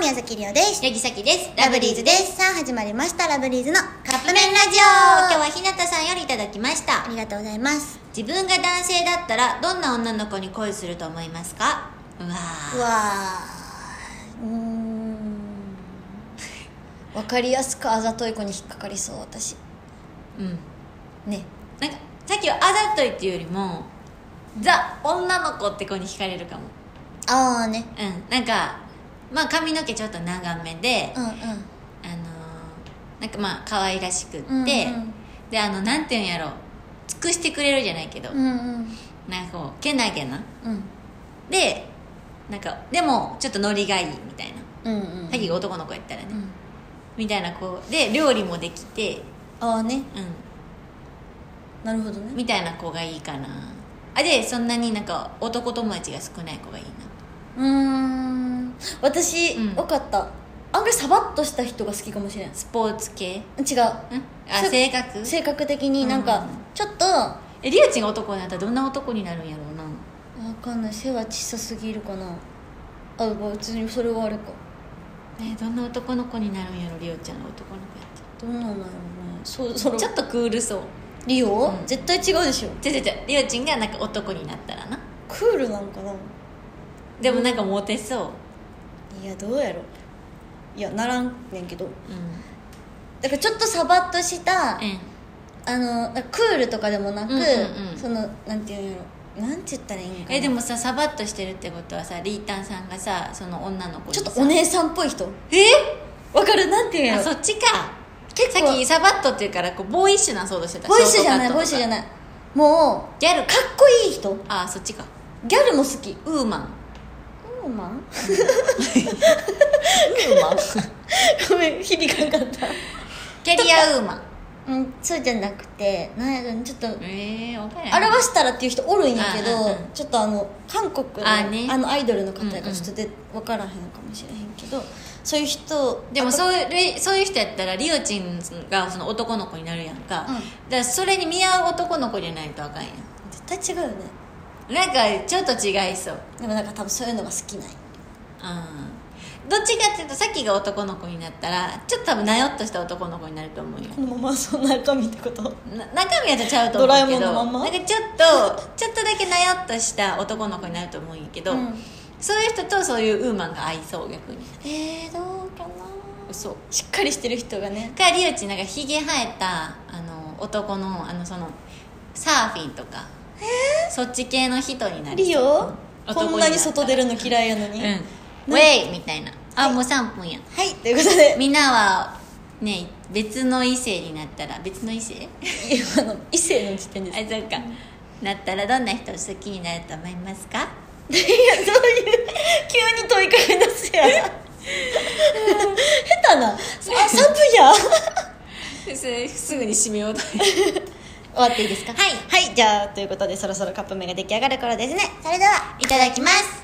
宮崎りおです八木咲ですラブリーズですさあ始まりましたラブリーズのカップラブ麺リーズラジ今日オは日向さんよりいただきましたありがとうございます自分が男性だったらどんな女の子に恋すると思いますかうわーうわーうーんわかりやすくあざとい子に引っかかりそう私うんねなんかさっきはあざといっていうよりもザ女の子って子に惹かれるかもああねうんなんかまあ髪の毛ちょっと長めで、うんうんあのーなんかまあ可愛らしくって、うんうんであのなんていうんやろ尽くしてくれるじゃないけど、うんうんなんかこうけなげなうんでなんかでもちょっとノリがいいみたいなうんうんさっきが男の子やったらね、うんみたいな子で料理もできてああねうなるほどんねみたいな子がいいかなあでそんなになんか男友達が少ない子がいいなうーん私、うん多かった案外サバッとした人が好きかもしれん違スポーツ系んうあせ性格性格的になんうかんちょっとわえりおちんが男になったらどんな男になるんやろうなかんない背は小さすぎるかなあ別にそれはあれかえどんな男の子になるんやろりおちゃんが男の子やっどうなんだろうねそそたらろちょっとクールそうリオ、うん絶対違うでしょ違う違う違うりおちんがなんか男になったらなクールなんかなでもなんかモテそういやどうやろいやならんねんけどうんだからちょっとサバッとした、うんあのクールとかでもなく、うんうんうんそのなんていうんやろなんて言ったらいいんかなえでもさサバッとしてるってことはさリータンさんがさその女の子にちさょっとお姉さんっぽい人えわかるなんていうんやあろそっちか結構さっきサバッとっていうからこうボーイッシュな想像してたボイスじゃないショートカットとかボイスじゃないもうギャルかかっこいい人あそっちかギャルも好きウーマンウーマンウーマン ごめん響かなかったキャリアウーマンうんそうじゃなくてなんやろちょっと表ええー、わからんしたらっていう人おるんやけど、うんうんうんちょっとあの韓国のあねのアイドルの方やうんかうんらちょっとで分からへんかもしれへんけど、そういう人でもうそういうそういう人やったらリオチンがその男の子になるやんか、うんだからそれに見合う男の子じゃないとあかんやん絶対違うよねなんかちょっと違いそうでもなんか多分そういうのが好きないうんどっちかっていうとさっきが男の子になったらちょっと多分なよっとした男の子になると思うよこのままその中身ってことな中身はちゃうと思うけドラえもどんのまんまなんかちょっとちょっとだけなよっとした男の子になると思うんやけど、うんそういう人とそういうウーマンが合いそう逆にえー、どうかな嘘しっかりしてる人がねかリオチなんかひげ生えたあの男のあのそのサーフィンとか、そっち系の人になりリオ男こにんななったに外出るの嫌いやのうに、んはウェイみたいなあ、もう3分やいということでみんなはね別の異性になったら別の異性今の異性の時点あですそうか、なったらどんな人を好きになると思いますか急に問いかけ出すやん下手なあ三分やすぐに締めようと終わっていいですかはいはいじゃあということでそろそろカップ麺が出来上がる頃ですねそれではいただきます